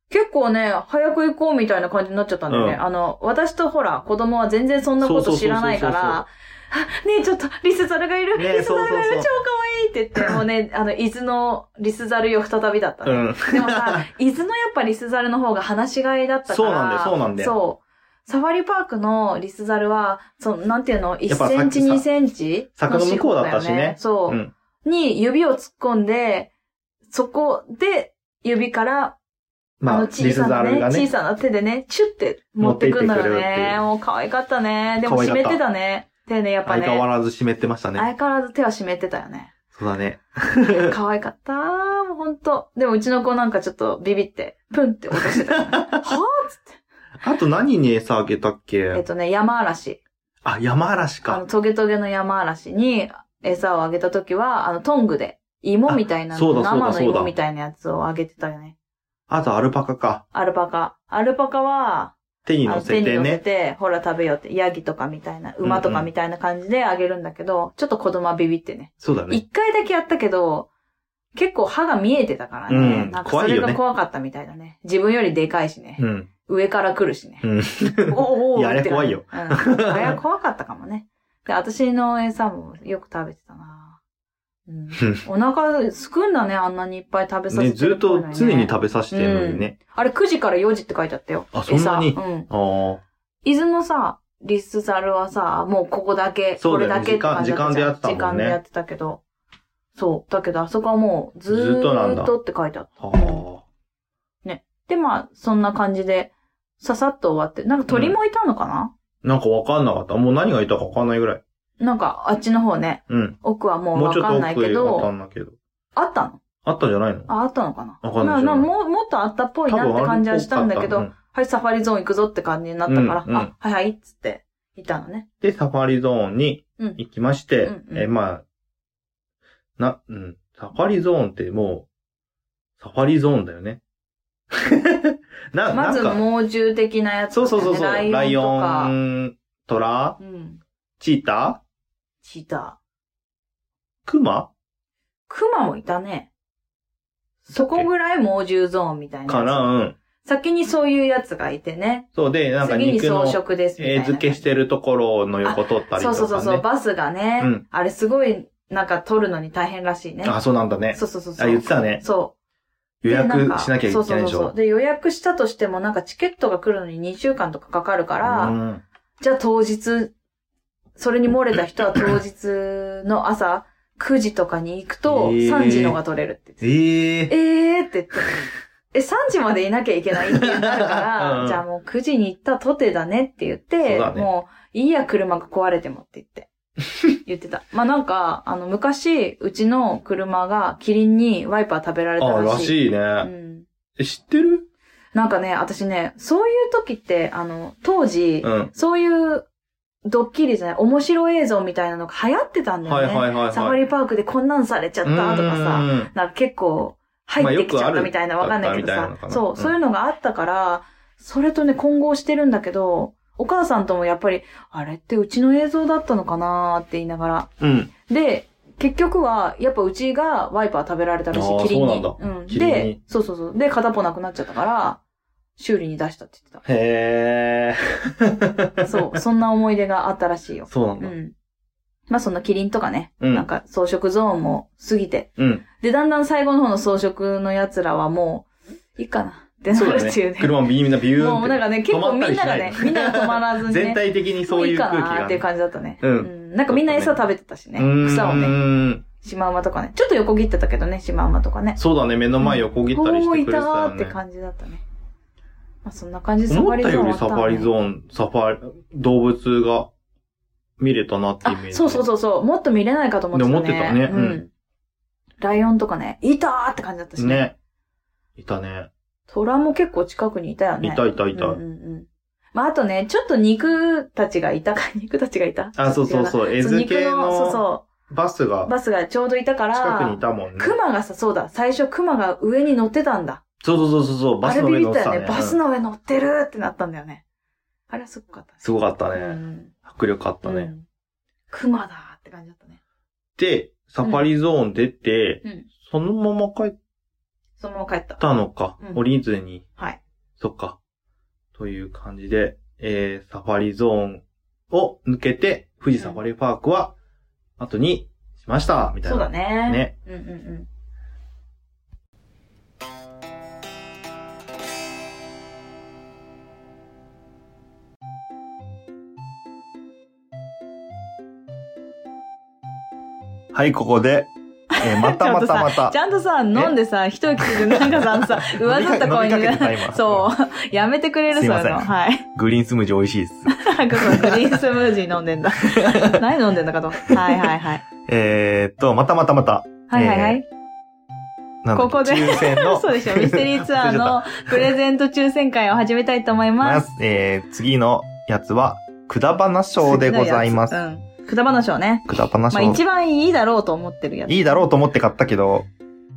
結構ね、早く行こうみたいな感じになっちゃったんだよね。
うん
あの、私とほら、子供は全然そんなこと知らないから、
そうそうそう
あねえ、ちょっと、リスザルがいる、
ねえ
リスザルが
そう
いる、
そうそう
超可愛いって
[clears throat]
言って、もうね、あの、伊豆のリスザルよ、再びだった
う
ね。
ん。
でもさ、伊豆のやっぱリスザルの方が話し飼いだったから。
そうなんだよそうなんだよ
そうサファリパークのリスザルは、その、なんていうの ?1
やっぱさ
センチ、
さ
2センチ
柵の向こうだったしね
四方よそう。
うん
に指を突っ込んで、そこで、指から、あ
まあ、
の
リ
小
ス
さ
ザ
なね
ルが
小
ね、
さな手でね、チュって持ってくんだよ
持っていってくれるってい
ね。
う
もう可愛かったね。で
可
も
愛か
湿
った
ってたね。手ね、やっぱ
相変わ
ね。
らず湿ってましたね。
相変わらず手は湿ってたよね。 [laughs]
そうだね。
可愛かったもうほんと。でもうちの子なんかちょっとビビって、プンって落とし
[laughs]
てた。はぁ
あと何に餌あげたっ
えっ
け
とね、山嵐。
あ、山嵐
あの、
か。
トゲトゲの山嵐に餌をあげたときは、あの、トングで、芋みたいな
あそうだ
の、
そうだ
生の
そうだ
芋みたいなやつをあげてたよね。
あとアルパカか。
アルパカ。アルパカは、
手に
あの
乗
手
せ
に
て
乗せ
ね。
て、ほら食べようって、ヤギとかみたいな、馬とかみたいな感じであげるんだけど、ちょっと子供はビビってね。
そうだね。
一回だけやったけど、結構歯が見えてたからね。
うん
なんかそ
怖い
れ
よね
が怖かったみたいだね。自分よりでかいしね。
うん。
上から来るしね。
うん。
[laughs] おお
いやあれ怖いよ。
うん、あれは怖かったかもね。で、私の餌もよく食べてたな。うん、お腹すくんだね、あんなにいっぱい食べさせて
ね、
る
ずっと常に
べ
食べさせてるのにね。
あれ9時から4時って書いてあったよ。
あそんなに
餌うん。
あ
伊豆のさ、リスザルはさ、もうここだけ、
そ
こ
うだ
れ
よね
だけって感じだったじゃ
時間時
ん
間でやってたもんね
時間でやってたけど。そう。だけど、あそこはもうず
ずっとなん
ー
だ
っとって書いてあった。
あ。あ
で、まあ、そんな感じで、ささっと終わって、なんか鳥もいたのかな、
あ。なんかわかんなかった。もう何がいたかわかんないぐらい。
なんか、あっちの方ね、
うん。
奥はもう
もう
わ
ちょっ
か
と
んない
奥
け
へわか
ど、
んないけど。
あったの
あったんじゃないの
あ、あったのかな
わかんない
まあまあもうもっとあったっぽいなって感じはしたんだけど、
多分あれっぽかったうん
はい、サファリゾーン行くぞって感じになったから、
うんうん
あ、はいはい、っつって、いたのね。
で、サファリゾーンに
うん
行きまして、
うんうん
えーまあ、な、うん、サファリゾーンってもう、サファリゾーンだよ
[laughs]
ね。な、
まず
なんか、
猛獣的なやつ、ね。
そうそうそうそう、ラ
ラ
イ
イオンとか。
オン、トラ、
うん。
チータ
チータ
ー、クマ
ー。クマもいたね。そこぐらい猛獣ゾーンみたいなやつ。
かな、うん。
先にそういうやつがいてね。
そうで、なんか
次に
肉
装
の、
飾ですみたい
え
な。
ー付けしてるところの横取ったりとか、
そう
ね。
そうそうそう、バスがね、
うん
あれすごい、なんか撮るのに大変らしいね。
あ、そうなんだね。
そうそうそうそう。
あ、言ってたね。
そう。
予約
でんか
しなきゃいけないでし
そうそうそうそ
ょ
う。。で、予約したとしてもなんかチケットが来るのに2週間とかかかるから、
うん
じゃあ当日、それに漏れた人は当日の朝9時
[laughs]
とかに行くと
えー
3時のが取れるって
え
言っ
ー、
て [laughs] えーって言って。え、3時までいなきゃいけないってなるから、
うん
じゃあもう9時に行ったとてだねって言っ
そ
て、
うだね [laughs]
もういいや車が壊れてもって言って。言ってた。まあなんか、あの、昔、うちの車がキリンにワイパー食べられた
あ、
ら
ら
しい。
しいうね。
ん。
え知ってる
なんかね、私ね、そういう時って、あの、当時、
うん。
そういうドッキリじゃない、面白映像みたいなのが流行ってたんだよ
はい
ね。
はいはいはい。
サファリパークでこんなんされちゃったとか
う
さ、
んうんうん
なんか結構入ってきちゃったみたいな
まあ
わ
よく
か
あ
ん
る
ないけど
だったみたいな
さ
のか、な
そうう、
ん
そういうのがあったから、それとね、混合してるんだけど、お母さんともやっぱり、あれってうちの映像だったのかなーって言いながら。
うん。
で、結局は、やっぱうちがワイパー食べられたらし
あ
い、
ー
キリンに。
そうなんだキリンに
で、そうそうそう。で、片っぽなくなっちゃったから、修理に出したって言っ
へ
てた。そう、そんな思い出があったらしい
ー。
よ。
[laughs] そうなん
う
だ。
ん。まあ、そのキリンとかね、
うん
なんか装飾ゾーンも過ぎて、
うん。
で、だんだん最後の方の装飾のやつらはもう、いいかなってな
そうだ
るっていう
ね
ね。。
車もみんなビューンって。
もうなんかね、結構みんながね、みんなが止まらずにね。
全体的にそういう
もい
空
いかなっ
気
ていう
が。
感じだったね。
うん
なんかみんな餌食べてたしね。草を
う
ね、
ーん
シマウマとかね。ちょっと横切ってたけどね、シマウマとかね。
そうだね、目の前横切ったりしてくれてた
お
よ
ーいたーって
ね。
感じだったね。まあそんな感じでサフ
思
ァ
っ
リゾ
た
ーン
よりサファリ
ーン
ゾーン、サファリ、動物が見れたなってイメー
あ、
ジ。
そうそうそうそう。もっと見れないかと思ってたね。
ね思ってたね
う
うん
ん。ライオンとかね、いたーって感じだったしね。
ね。いたね。
トラも結構近くにいたよね。
いたいたいた。
うんうんうん。まあ、あとね、ちょっと肉たちがいたか、肉たちがいた
[laughs] あ、そうそう
う。
そう。絵
そう
付
肉
け
の、そう
の
そ
バス
う、
が
バスがちょうどいたから、
近くにいたもんね。
熊がさ、そうだ、最初熊が上に乗ってたんだ。
そうそうそうそう、バ
あ
ス
れ
の
ビ
上
ビ
乗
っ
って
た
た
よ
ね
ね。。バス
うん
の上乗ってるってなったんだよね。あれはすごかったね。
すごかった
う
ね。
ん
迫力あった
う
ね。
ん熊だって感じだったね。
で、サファリゾーン出て
うん、
そのまま帰っ
そのまま帰った。
たのか
う、ん
降りずに。
はい。
そっか。という感じで、えー、サファリゾーンを抜けて、富士サファリパークは、後にしました、みたいな。
そうだね。
ね。
うんうんうん。
はい、ここで、え
[laughs]
ーまたまたまた。
ちゃんとさ、飲んでさ、一息ついて、なんかさ、あの
[laughs]
さ、上ずった声に
飲みかけてた
ね、
今
そう、やめてくれる、そう
すい
いう
ません
の。はい。
グリーンスムージー美味しいです。
なんかそうグリーンスムージー飲ん
[laughs]
でんだ。何飲んでんだかと。はいはいはい。
えーっと、またまたまた。
はいはいはい。
なんだっけ
ここで
抽選の。
[laughs] そうでしょ。ミステリーツアー
[laughs]
のプレゼント抽選会を始めたいと思い
ま
ますす。。
えー、次のやつは、くだばな賞でございます
う。ん。くだばなしょね。
くだばな
ま
賞
あ。一番いいだろうと思ってるやつ。
いいだろうと思って買ったけど、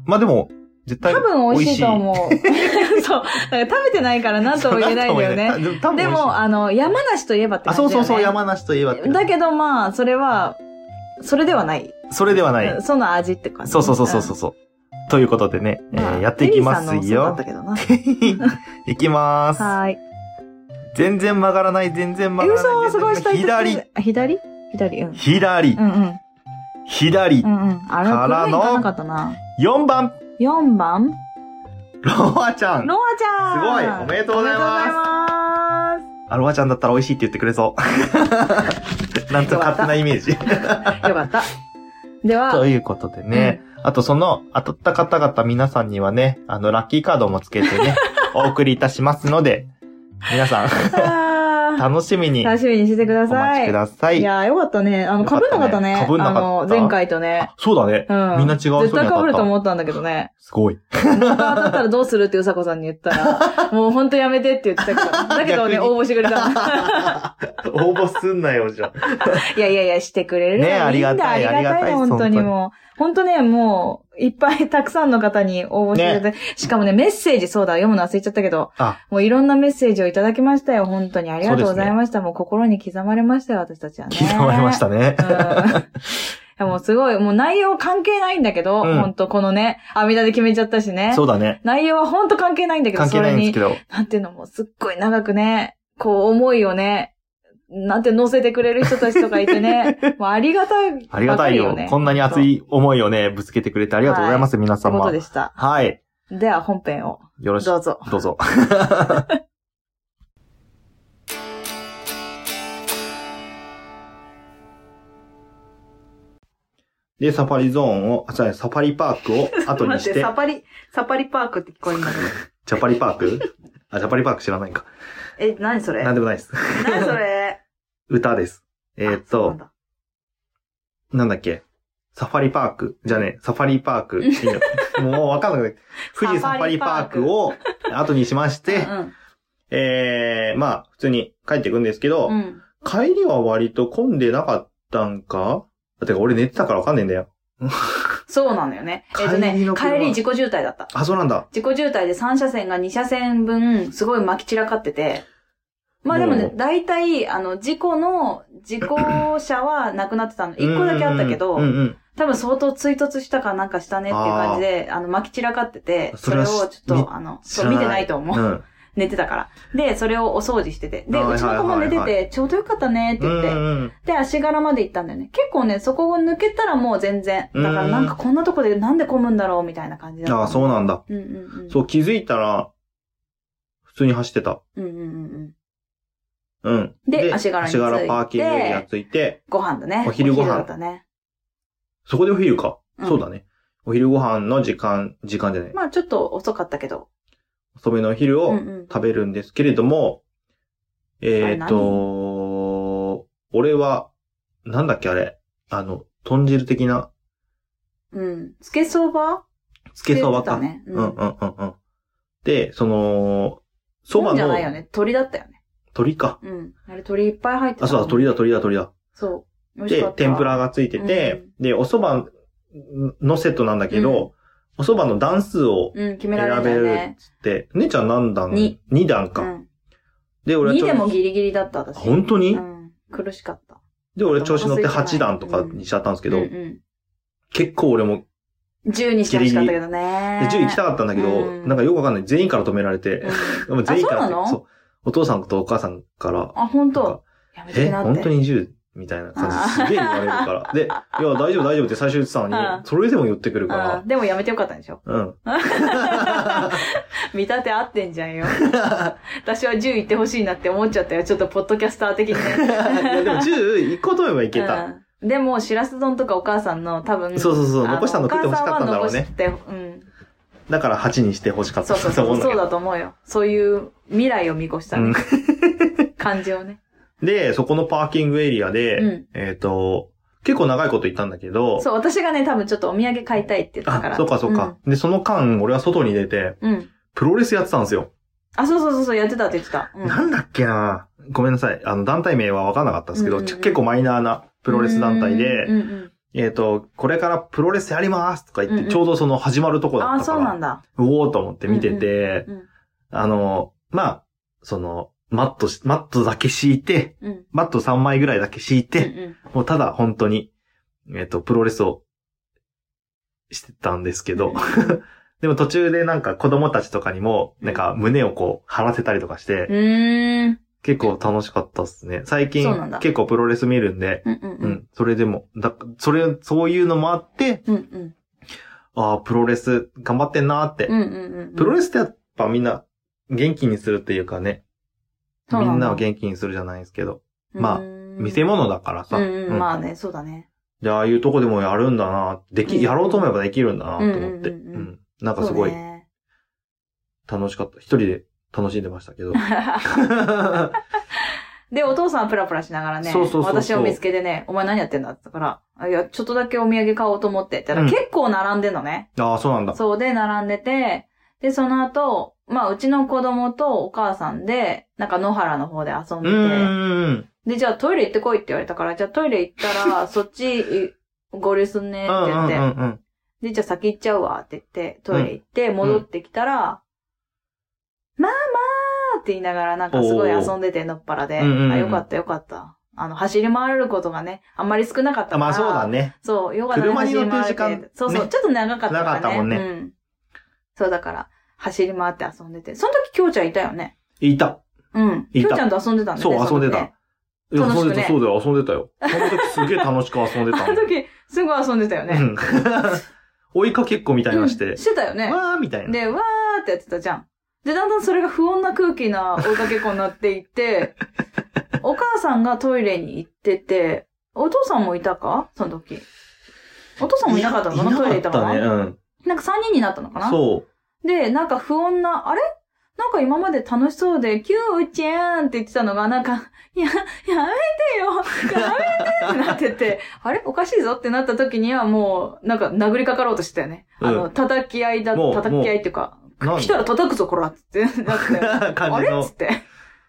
まあでも、絶対
多分美味しいと
う。
思う。 [laughs] そう。だから食べてないから何とも言えないんだよ
[laughs]
ね。
ね。多分美味しい
でも、あの、山梨といえばって
あ、
感
そ
じだよ
う
ね。
そうそう、山梨といえばって。
だけどまあ、それは、それではない。
それではない
うん。その味って感じ。
そうそうそうそうそうそう。ということでね、え
まあ
ーやっていきます
テリーさんのお
よ
酒。だっ
[laughs]
たけ
いきまーす
ど。な。はーい。
全然曲がらない、全然曲がらない。
嘘すごい下
全然曲がらない。
左。左左うん。
左、左
う、んうん。
左
う。んうん。あれは
から
黒
の
いかなかったな。
4番、
4番、
ロアちゃん。
ロアち
すごい
ゃん
おめでとうございます
おめでとうございます
あ、ロアちゃんだったら美味しいって言ってくれ
[laughs]
そう。なんと勝手なイメージ。
よかった。で
と
は、
いうことでね、あとその当たった方々皆さんにはね、あの、ラッキーカードもつけて
[laughs]
ね、お送りいたしますので、皆さん、
あ
楽しみ
ー
に
楽しみにしてくだ
お
さ
待
い。
ちください。
いやー、よかったね。あの、
よか
か
っ
ぶん
た
なかった
ね
ね。
被んなかった
あの、前回とね。
そうだね。
うん。
みんな違う人
絶
に当た
対
った
被ると思ったんだけどね。
すごい。
僕が当たったらどうするってうさこさんに言ったら、もうほんとやめてって言ってたけど。だけどね、
逆に
応募してくれた。
応募すんなよ、じゃ
いやいやいや、してくれるの
ねありがたい
んだありがたい、
ありがたい
本当に
本当に
もう。本当ね、もう、いっぱいたくさんの方に応募していただいて、しかもね、メッセージ、そうだ、読むの忘れちゃったけど、
あ
もういろんなメッセージをいただきましたよ、本当に。ありがとうございました。もう心に刻まれましたよ、私たちはね。
刻まれましたね。
うん。 [laughs] いやもうすごい、もう内容関係ないんだけど、
うん
本当このね、あみんなで決めちゃったしね。
[laughs] そうだね。
内容は本当関係ないんだけど、
関係
そ
な
れ
いんで
に
すけど。
なんていうのもうすっごい長くね、こう思いをね、なんて乗せてくれる人たちとかいてね、もうありがたい、
ありがたいよ。こんなに熱い思いをね、ぶつけてくれてありがとうございます、皆
ということ
様
で。した。
はい。
では本編を
よろしく
ど、うぞ。
どうぞ。
ん。 [laughs] で、サファリゾーンを、あ、じゃサファリパークを後に
待
し
って、
て
サ、パリ、サパリパークって聞こえるんだけど。
ジャパリパークあ、ジャパリパーク知らないか。
え、何それ
なんでもないです。
何それ
歌です。えーっ
あそう
と
なん、だ
なんだっけ、サファリパークじゃねえ、サファリパーク。いやもうわかんなく
[laughs]
て、富士サファリパークを後にしまし
う
て、
ん。
えー、まあ、普通に帰っていくんですけど、
うん。
帰りは割と混んでなかったんかてか俺寝てたからわかんねえんだよ。
そうなのよね。えっと
帰り
ね
の、車
帰り自己渋滞だった。
あ、そうなんだ。
自己渋滞で3車線が2車線分、すごい巻き散らかってて。まあでも
も
ね
う、
大体、あの、事故の、事故車はなくなってたの。1個だけあったけど、
うんうんうん
多分相当追突したかなんかしたねっていう感じで、あの、巻き散らかってて、そ
それ
れを
は
ちょっ
み
と、あの、
知
そう
らない
見てないと思う。
うん。うん
寝てたから。で、それをお掃除してて。で、
はいう
ちの子も寝て
はいはい
て、ちょうどよかったねって
う
言って、
ん
で、足柄まで行ったんだよね。結構ね、そこを抜けたらもう全然。だから
うん
なんかこんなとこでなんで混むんだろうみたいな感じだ
う
っ
ん。
た。
あ、そうなんだ。
う。うんうんうん。
そう、気づいたら、普通に走ってた。
うんうんうんう
う
ん。
ん。
で足柄に着いて
足柄パーキングエリアついて、
ご飯だね。
お昼ご飯
だったね。
そこでお昼か。
うん
そうだね。お昼ご飯の時間、時間じゃない。
まあちょっと遅かったけど。
遅めのお昼
うん
を
うん。
食べるんですけれども、えっ、
あれ
と、俺は、なんだっけあれ、あの、豚汁的な、
うん。つけそば
つけそば
だ
か。
ね。
うんう
うんん。
うんうん。で、その、そば
じゃ
の
ないよね。鳥だったよね。
鳥か。
うん。あれ鳥いっぱい入ってた。
あ、そうだ、鳥だ、。鳥だ、鳥だ。
そう。美味しか
で
っ、た
天ぷらがついてて、で、お蕎麦のセットなんだけど、お蕎麦の段数を
うん、決められ
選
た
べ
よ
る
ね
っ。つって、姉ちゃん何段
に
?2 段
う
か。
ん。
で、俺は
2
ちょ
でもギリギリだった、私。
本当に
うん。苦しかった。
で、俺調子乗って
お腹空
8
いてない
段とかにしちゃったんですけ
う
ど、
ん
結構俺も、
うん。10にしてほしかったけどね。
10行きたかったんだけど、
うん
なんかよくわかんない。全員から止められて、
う
[laughs] で
ん
も全員から
あ、そうなの
う。お父さんとお母さんから、
あ、本
なん
当
か
やめて
え、
くなって。
本当に10みたいな感
あー
じすげえ言われるから。
[laughs]
で、いや、大丈夫大丈夫って最初言ってたの
う
に
ん、
それでも言ってくるから
うん、でもやめてよかったんでしょ
うん。
見立て合ってんじゃんよ。 [laughs] 私は10行ってほしいなって思っちゃったよ。ちょっとポッドキャスター的
[laughs]
に
い
ね。
やでも10行こうと思えば行けた。
うんでも、しらす丼とかお母さんの多分。
そうそうそう、
あの
残したの食って欲しかったんだろうね。。
お母さんは残して
だから8にして欲しか
うん。
っ
そ
た
うそう
と
そ
思う
う。
んだ
そ
け
う
ど。
だと思うよ。そういう未来を見越したね感じをね。
うんで、そこのパーキングエリア
う
で、
ん。
えっと、結構長いこと行ったんだけど、
そう、私がね、多分ちょっとお土産買いたいって言ったから。
あ、そうかそうか。で、その間、俺は外に出て、
うん。うん。
プロレスやってたんですよ。
あ、そうそうそうそう、やってたって言ってた。うん
なんだっけなごめんなさい。あの、団体名は分かんなかったんですけど、
うんうん
ち
うん
ょ結構マイナーなプロレス団体
う
で、
んうんうん
えっと、これからプロレスやりますとか言っ
うんう
て、
ん
ちょうどその始まるとこだ
あ
っ
あ、
たか
そうな
ら
ん、だ。
うおーと思って見てて
うんうんうん、
あの、まあ、その、マットし、マットだけ敷いて、
うん。
マット3枚ぐらいだけ敷いて、
うんうん
もうただ本当に、えっ、と、プロレスをしてたんですけど、でも途中でなんか子供たちとかにも、なんか胸をこう張らせたりとかして、
うーん。
結構楽しかったっすね。最近
そうなんだ
結構プロレス見るんで、
うんうん
う、
うんん。
それでも、だ、それ、そういうのもあって、
うんうん。
ああ、プロレス頑張ってんなーって、
うんうんうん。
プロ
レ
レスってやっぱみんな元気にするっていうかね、みんなを元気にするじゃないですけど、まあ見せ
も
物だからさ、
うんう。
うんん
まあね、そうだね。
で、ああいうとこでもやるんだな、で
うん
き、やろうと思えばできるんだなと思って。うん
ううんうんうん
ん。なんかすごい
そうね
楽しかった。一人で楽しんでました
[laughs]
けど。
で、お父さんはプラプラしながらね、
そうそうそうそう
私を見つけてね、お前何やってんだって言ったからあ、いや、ちょっとだけお土産買おうと思ってって言った
う
ら、
ん
結構並んでんのね。
ああ、そうなんだ。
そうで、並んでて、で、その後、まあ、うちの子供とお母さんで、なんか野原の方で遊ん
う
でて、
ーん。
で、じゃあトイレ行ってこいって言われたから、じゃあトイレ行っ
[laughs]
たら、そっちい合流すんねっ
うんう
て言
ん
っ
う
て、
んうん。
で、じゃあ先行っちゃうわって言って、トイレ行って戻ってきたら、まあまあって言いながらなんかすごい遊んでて、のっぱらで、
うんうんうん
あ、よかったよかった。あの、走り回れることがね、あんまり少なかったか
あ
ら。
まあそうだ。ね。
そう、よかったね
車に乗ってる
走り回れ
時間
そうそう、
ね
ちょっと長かったから、ね。
長かったもんね
うん。そうだから、走り回って遊んでて。その時、きょうちゃんいたよね。
いた。
うん。
い
き
た
ょうちゃんと遊んでたんだ
そ
よ
う、
ね。
遊ん
の時
で
ね
た。いや
楽
遊
し
ん
く
で
ね
た、そうだよ、遊んでたよ。その時すげえ楽しく遊んでた
あ [laughs] の時、すごい遊んでたよ
う
ね。
ん。 [laughs] 追いかけっこみたいなのし
うん
て、
してたよ
[laughs]
ね。
わーみたいな。
で、わーってやってたじゃん。で、だんだんそれが不穏な空気な追いかけっこになってい [laughs] って、お母さんがトイレに行ってて、お父さんもいたかその時。お父さんもいなかったのかなトイレいたか
ね。
な
うん。
なんか3人になったのかな
そう。
で、なんか不穏な、あれなんか今まで楽しそうで、キューちゃんって言ってたのが、なんか、いや、やめてよやめてってなってて、 [laughs] あれおかしいぞってなった時にはもう、なんか殴りかかろうとしてたよね。あ
う
の、叩き合いだ、
もう
叩き合いっていうか、
なん
来たら叩くぞ、こらっつっ
[laughs]
て [laughs] なってたよね。
感
あ
じ
れっつ
の
っ、て。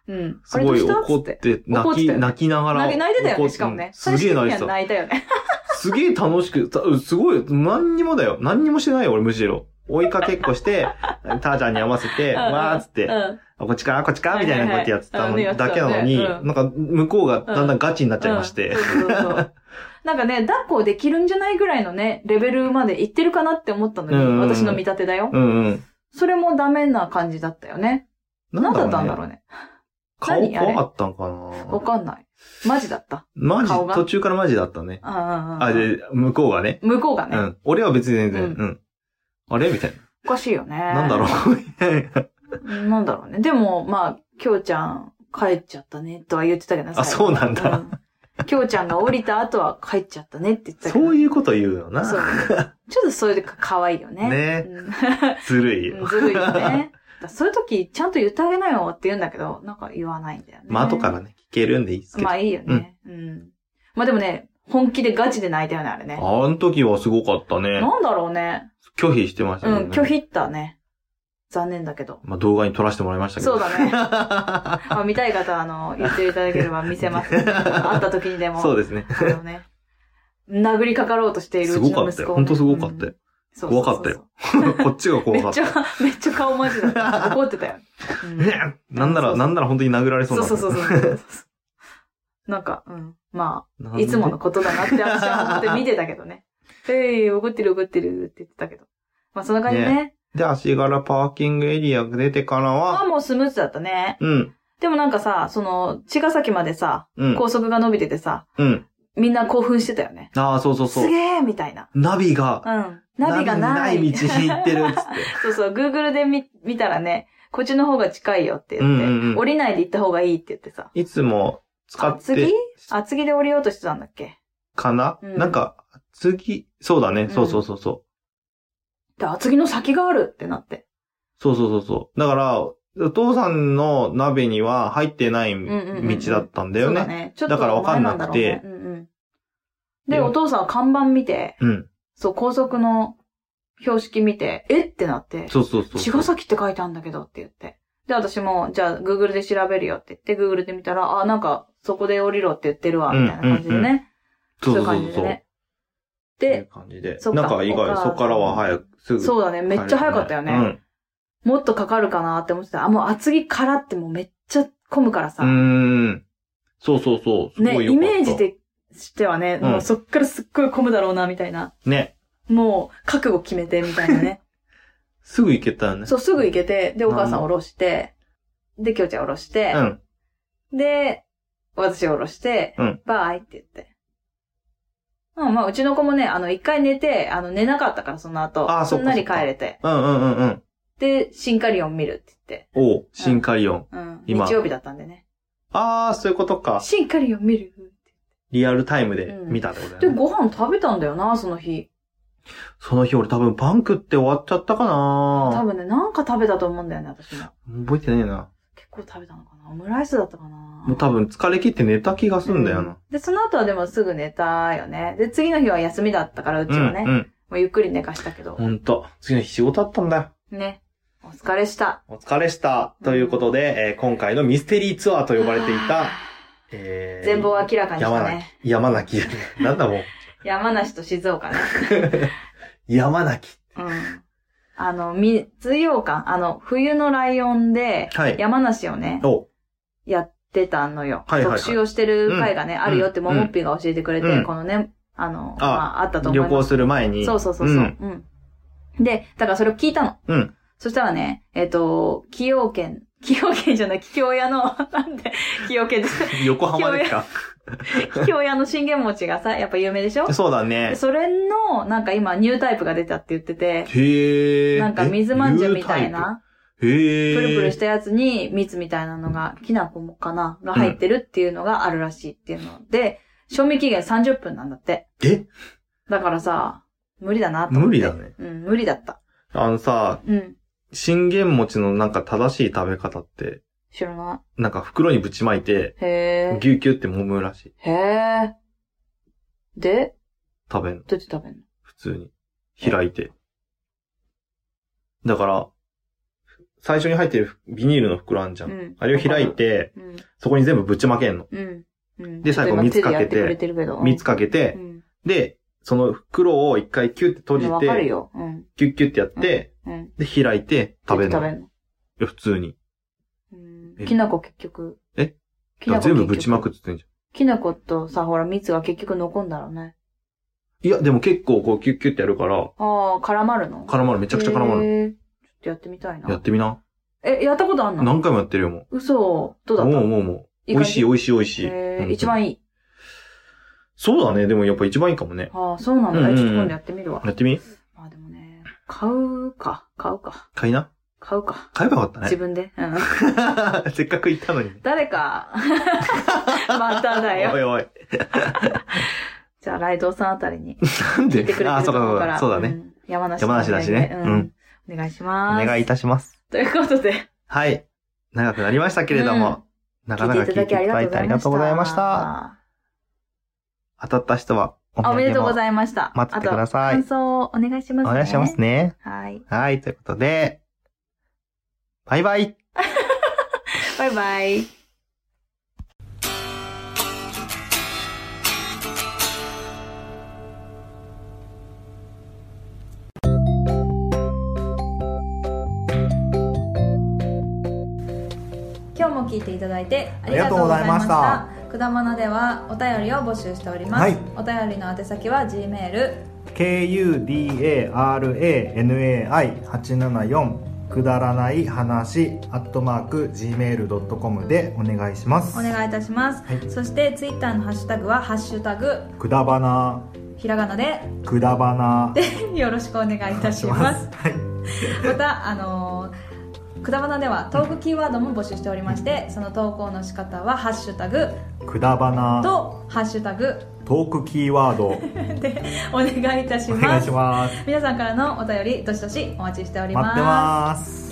うん。
すごい
あれどうした
怒っ
っつって。
て、
怒っ
泣
て
き、
たよね
泣きながら。
泣い泣いてたよ
怒っ
ね、しかもね。
すげえ泣いて
最終的には
た。
泣いたよね。
すげえ楽しく、たうんすごい、何にもだよ。何にもしてないよ、俺むしろ。追いかけっこ
[laughs]
して、ターちゃんに合わせて、
うんうん
わーっつって
う、ん。
あこっちか、こっちか、みたいなこうやってやってた
はい
の
はいはいうん
だけなのに、
やってたねうん
なんか向こうがだんだんガチになっちゃいまし
うん
て。
そうそ
[laughs]
うそう。なんかね、抱っこできるんじゃないぐらいのね、レベルまでいってるかなって思ったのに、
うんうんうん
私の見立てだよ。
うんうん。
それもダメな感じだったよね。
な
なんんだったん
だ
だ
ろうね。
ろうね。
顔
何あれ
怖かったんか
わ
な
かんない。マジだった。
マジ、
顔が
途中からマジだったね。
ああああ
あ、で、向こうがね。
向こうが
う
ね、
ん。俺は別に全然、
うん
うん。あれみたい
おかしいよね。
な。なんだろ
[laughs]
う。
う。なんだろうね。でも、まあ、きょうちゃん、帰っちゃったね、とは言ってたけど
あそうなんだ。
うんきょうちゃんが降りた後は帰っちゃったねって言ってたけど。
そういうこと言うよ
そう
な。
ちょっとそれでか可愛いよね。
ね
うん
ずるいよ。
うんずるいよね。だそういう時、ちゃんと言ってあげなよって言うんだけど、なんか言わないんだよね。
まあ後からね、聞けるんでいいっすけど。
ま
あ
あいいよね。うん。まあでもね、本気でガチで泣いたよね、あれね。
の時はすごかったね。
なんだろうね。
拒否してました
う
よね。
ん、拒否ったね。残念だけ
[laughs]
ど。
まあ動画に撮らせてもらいましたけど。
そうだね。まあ見たい方は、あの、言っていただければ見せます。会った時にでも。
[laughs] そう
う
ですね。
あのね。殴りかかろうとしている
す
うち
ごか
の
った
息
よ。
子を
ほ
ね、
んとすごかったよ。
うん。怖
怖かったよ。 [laughs] こっちが
め
怖か
っ
っ
ち
た。
ゃ、めっちゃ顔マジだった。怒ってたよ。
[laughs]
うん
なんな
そうそう
ら、なんなら本当に殴られそう
そ
な
うそうそうそう。なんか、うん。まあ、
う
いつもの。ことだなって私は思って見てたけどね。えい、怒ってる怒ってるって言ってたけど。まあ、そんな感じね。
で、足柄パーキングエリア出てから
まあ、
は、
もうスムーズだったね。
うん、
でもなんかさ、その、茅ヶ崎までさ、
うん、
高速が伸びててさ、
うん。
みんな興奮してたよね。
ああ、そうそう
す
そう。
げーみたいな。
ナビが、
うん。ナビがない。
ナビ道に行ってるっつって。
[laughs] そうそう、Google で見見たらね、こっちの方が近いよって言って、
うんうんうん
降りないで行った方がいいって言ってさ。
いつも使っ
厚木
て、
厚木で降りようとしてたんだっけ
かな
うん
なんか、次、そうだね。そうそうそうそう。
で厚木の先があるってなって。
そうそうそうそう。だから、お父さんの鍋には入ってない
んうんうん
道だったんだ
そ
よ
う
ね。
だね。ちょっ
だから
と
わか
前
ん
な
なん
だろ
く
うね。
て
うんうんで、お父さんは看板見て、
うん。
そう、高速の標識見て、えってなって、
そうそうそう。
茅ヶ崎って書いてあるんだけどって言って。で、私も、じゃあ、Google で調べるよって言って、Google で見たら、あ、なんか、そこで降りろって言ってるわ、みたいな感じで
うんうん
ね。
そうそう
そう
そ
いう感
う
じ
そ
で
う。
ね。
っていう
で、
感じで。
そっか
なんか意
お母
外、
さん
そっからは早く、すぐ。
そうだね、めっちゃ早かったよね。もっとかかるかなって思ってた。あ、もう厚木からってもうめっちゃ混むからさ。
うん。うーん。そうそうそう。す
ね、
ごい
イ
よかった。
メージ。でしてはね、
うん
もうそっからすっごい混むだろうな、みたいな。
ね。
もう、覚悟決めて、みたいな
[laughs]
ね。
すぐ行けたよね。
そう、すぐ行けて、で、お母さん
うん
下ろして、で、きょうちゃん下ろして
う、ん。
で、私下ろして、
うん
バーイって言って。うん、まあ、うちの子もね、あの、一回寝て、あの、寝なかったから、その後。
あーそっ
すん
か
なり帰れて。
うんうんうんうん。
で、シンカリオン見るって言って。
おう、シンカリオン。
うん。
今
日曜日だったんでね。
あー、そういうことか。
シンカリオン見る
リアルタイムで見たってことだ
で、
よね。
ご飯食べたんだよな、その日。
その日俺多分パン食って終わっちゃったか
多
な
分ね、なんか食べたと思うんだよね、私も。
覚えてねえな。
結構食べたのかなオムライスだったかなも
もう多分疲れ切って寝た気がすんだよな。
で、その後はでもすぐ寝たよね。で、次の日は休みだったから、うち
うん、
はね、も
うん。
うゆっくり寝かしたけど。
ほんと。次の日仕事あったんだよ。
ね。お疲れした。
お疲れした。ということで、えー今回のミステリーツアーと呼ばれてい
あー
た、えー、
[sighs] 全貌を明らかにした
山泣
ね。
き。山泣き。 [laughs] なんだも
[laughs]
う。
山梨と静岡ね。
山泣き。
うん。あの、水羊羹、あの、冬のライオンで、
はい
山梨をね、
お
やってたのよ。
はいはいはい
特集をしてる回がね、あるよってももっぴが教えてくれて、
うん
このね、あの、
あ
まあ、あったと思い
旅
ます。
行する前に。
そうそうそうそう、
ん
うん。で、だからそれを聞いたの。
うん
そしたらね、えっ、と、崎陽軒、 [laughs] 崎陽軒じゃない、桔梗屋の、 [laughs] なんで、崎陽
[laughs]
軒です。
横浜
[laughs]
ですか
桔梗屋の信玄餅がさ、やっぱ有名でしょ
そうだね
で。それの、なんか今、ニュータイプが出たって言ってて、
へえ。
なんか水まんじゅうみたいな、
え。へ
プ
え。
ルプルしたやつに蜜みたいなのが、きな粉かなが入ってるっていうのがあるらしいっていうので、賞味期限30分なんだって。
え
だからさ、無理だなと思って。
無理だね。
うん、無理だった。
あのさ、
うん。
信玄餅のなんか正しい食べ方って、
知らな
なんか袋にぶちまいて、
い。へ
ぎゅうぎゅうって揉むらしい。
え。へえ。で、
食べんの。
どうやって食べんの
普通に。開いて。だから、最初に入ってるビニールの袋あんじゃん。
うん。
あれを開い。て、
うん。
そこに全部ぶちまけんの。
うん。うん、
で最後
ちょっと今
蜜かけて
手でやってくれてるけど。
蜜かけ
う
て、
ん。
で、その袋を一回キュッて閉
うん。わ
じ
かる
て、
よ。うん。
キュッキュッてやって、
うん。
で、開いて食べる
どう
の。
やっ
い
て食
や普通に。
べんのう
え
ん。きなこ結局。
え
き
だから
なこ
全部ぶちま
結
くっつってんじゃ
局きなことさ、ほら、蜜が結局残んだろうね。
ん。いや、でも結構こうキュッキュッてやるから、
ああ、絡まるの
絡まる、め
め
ちゃくちゃ絡まる。
る。ちょっとやってみたい
やっ
な。
てみな。
え、やったことあんの
何回もやってるよ、も
嘘。ど
う。
うだった
もうもうもう。美味しい、美
い
味しい、美味しい。
し
うん
い。一番いい。
そうだね、でもやっぱ一番いいかもね。
ああ、そうなんだ。
うんうんうん
ちょっと今度やってみるわ
や。ってみ
まあでもね、買うか、買うか、
買いな。
買うか。
買えばよかった
自
ね。
分で。うん。 [laughs]
[laughs] せっかく行ったのに。
誰か。 [laughs] まただ
お
よ。
いおい。
じゃあ、ライドウさんあたりに
なん
聞い
で
てくれてる
あ、そ
と
うかそ
こ
う
から。
か。そうだ
う
ね。
ん。山梨。
山梨だしね
うん。お願いし
お
ます。
願いいたします。
ということで。
はい。長くなりましたけれども、なかなか
聞いていただきありがとうございまし
あ
た。
りがとうございました。
当たった人はお土産
お
も
めでとうございました。
待っててください
あと感想をお願いします
お
ね。
願いします。ね。
はい。
はい、ということで、バイバイ
バイバイ。
今日も聞いていただいて
あ
あり
り
が
が
と
と
う
う
ご
ご
ざ
ざ
い
い
ま
ま
し
した
たくだまなではお便りを募集しております、
はい
お便りの宛先は G メール
!kudaranai874 くだらない話、アットマーク、gmail.com でお願いします。
お願いいたします、
はい
そしてツイッターのハッシュタグは「ハッシュタグ
くだばな、
ひらがなで
くだばな、」
でよろしくお願いいたします
はい
またあのーくだばなではトークキーワードも募集しておりましてその投稿の仕方は「ハッシュタグ
くだば」な、
と「ハッシュタグ [laughs]
トークキーワード、お」
でお願いいたし
願
ま
いし
す
ます。
皆さんからのお便りどしどしお待ちしており
待ってます。